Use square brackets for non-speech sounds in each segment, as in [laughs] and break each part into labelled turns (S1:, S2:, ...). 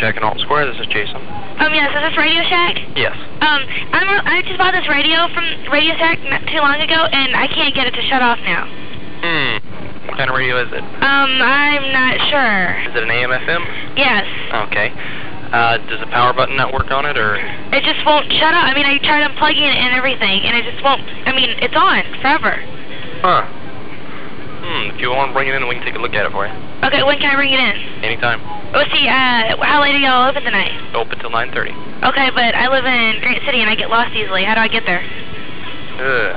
S1: Shack in Alton Square. This is Jason.
S2: Um, yes, is this Radio Shack?
S1: Yes.
S2: Um, I'm re- I just bought this radio from Radio Shack not too long ago, and I can't get it to shut off now.
S1: Hmm. What kind of radio is it?
S2: Um, I'm not sure.
S1: Is it Oh. an AM/FM?
S2: Yes,
S1: Okay. Uh, does the power button not work on it, or?
S2: it just won't shut up. I mean, I tried unplugging it and everything, and it just won't. I mean, it's on forever.
S1: Huh. Hmm. If you want to bring it in, we can take a look at it for you.
S2: Okay, when can I bring it in?
S1: Anytime.
S2: Let's see. Uh, how late are y'all open tonight?
S1: Open till 9:30.
S2: Okay, but I live in Grant City and I get lost easily. How do I get there?
S1: Ugh.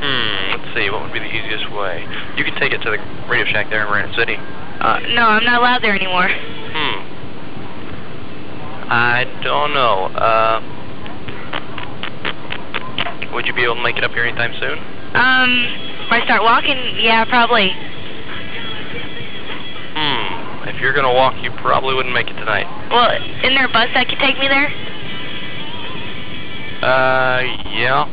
S1: Hmm. Let's see. What would be the easiest way? You can take it to the Radio Shack there in Granite City.
S2: Uh, no, I'm not allowed there anymore.
S1: Hmm. I don't know. Uh. Would you be able to make it up here anytime soon?
S2: Um, if I start walking, yeah, probably.
S1: Hmm. If you're gonna walk, you probably wouldn't make it tonight.
S2: Well, isn't there a bus that could take me there?
S1: Uh, yeah.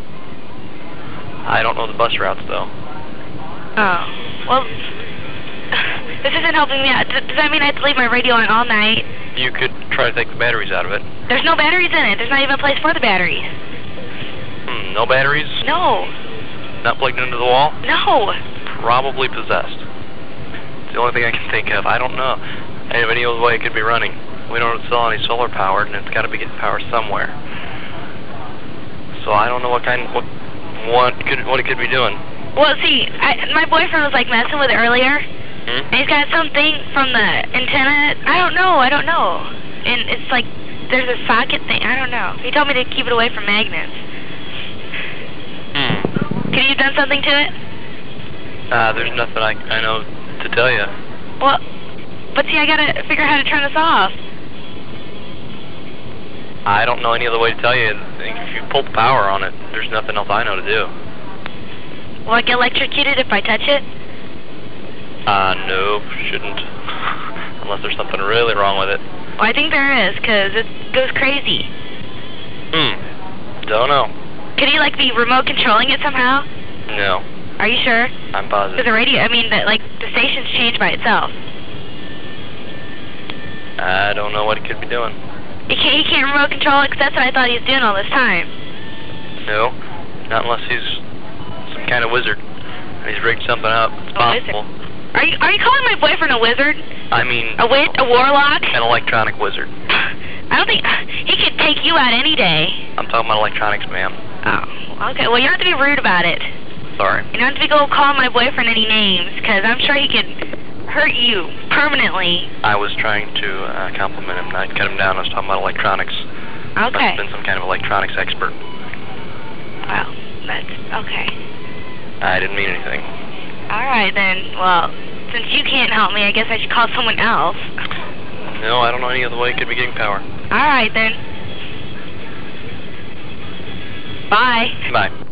S1: I don't know the bus routes though.
S2: Oh. Well, [laughs] this isn't helping me out. D- does that mean I have to leave my radio on all night?
S1: You could try to take the batteries out of it.
S2: There's no batteries in it. There's not even a place for the batteries.
S1: Hmm, no batteries?
S2: No.
S1: Not plugged into the wall?
S2: No.
S1: Probably possessed. It's the only thing I can think of. I don't know. Any any old way it could be running. We don't sell any solar powered, and it's got to be getting power somewhere. So I don't know what kind, what, what could, what it could be doing.
S2: Well, see, I, my boyfriend was like messing with it earlier, and
S1: Hmm?
S2: he's got something from the antenna. I don't know. I don't know. And it's like there's a socket thing. I don't know. He told me to keep it away from magnets.
S1: Hmm.
S2: Could you have done something to it?
S1: Uh, there's nothing I, I know to tell you.
S2: Well, but see, I gotta figure out how to turn this off.
S1: I don't know any other way to tell you. I think If you pull the power on it, there's nothing else I know to do.
S2: Will I get electrocuted if I touch it?
S1: Uh, no, shouldn't. [laughs] Unless there's something really wrong with it.
S2: Well, I think there is, 'cause it goes crazy.
S1: Hmm. Don't know.
S2: Could he, like, be remote controlling it somehow?
S1: No,
S2: Are you sure?
S1: I'm
S2: 'Cause
S1: positive.
S2: the radio, I mean, the, like, the station's changed by itself.
S1: I don't know what it could be doing.
S2: He can't, he can't remote control it 'cause that's what I thought he was doing all this time.
S1: No, not unless he's some kind of wizard. and He's rigged something up. It's
S2: A wizard?
S1: possible.
S2: Are you, are you calling my boyfriend a wizard?
S1: I mean,
S2: A witch? A warlock? [laughs]
S1: an electronic wizard.
S2: I don't think, [sighs] he could take you out any day.
S1: I'm talking about electronics, ma'am.
S2: Oh. Okay, well, you don't have to be rude about it.
S1: Sorry.
S2: You don't have to go call my boyfriend any names, 'cause I'm sure he could hurt you permanently.
S1: I was trying to uh, compliment him, not cut him down. I was talking about electronics. Must
S2: Okay.
S1: have been some kind of electronics expert.
S2: Well, that's okay.
S1: I didn't mean anything.
S2: All right then. Well, since you can't help me, I guess I should call someone else.
S1: No, I don't know any other way it could be getting power.
S2: All right then. Bye.
S1: Bye.